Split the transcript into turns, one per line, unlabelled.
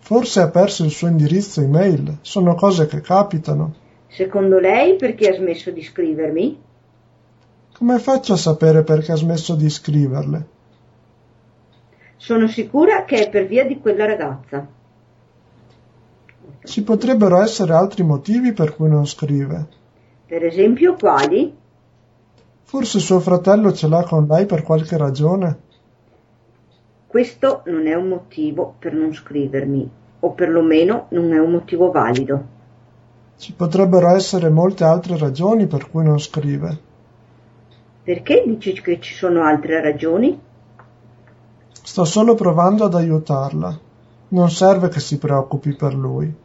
Forse ha perso il suo indirizzo email. Sono cose che capitano.
Secondo lei perché ha smesso di scrivermi?
Come faccio a sapere perché ha smesso di scriverle?
Sono sicura che è per via di quella ragazza.
Ci potrebbero essere altri motivi per cui non scrive.
Per esempio, quali?
Forse suo fratello ce l'ha con lei per qualche ragione.
Questo non è un motivo per non scrivermi, o perlomeno non è un motivo valido.
Ci potrebbero essere molte altre ragioni per cui non scrive.
Perché dici che ci sono altre ragioni?
Sto solo provando ad aiutarla. Non serve che si preoccupi per lui.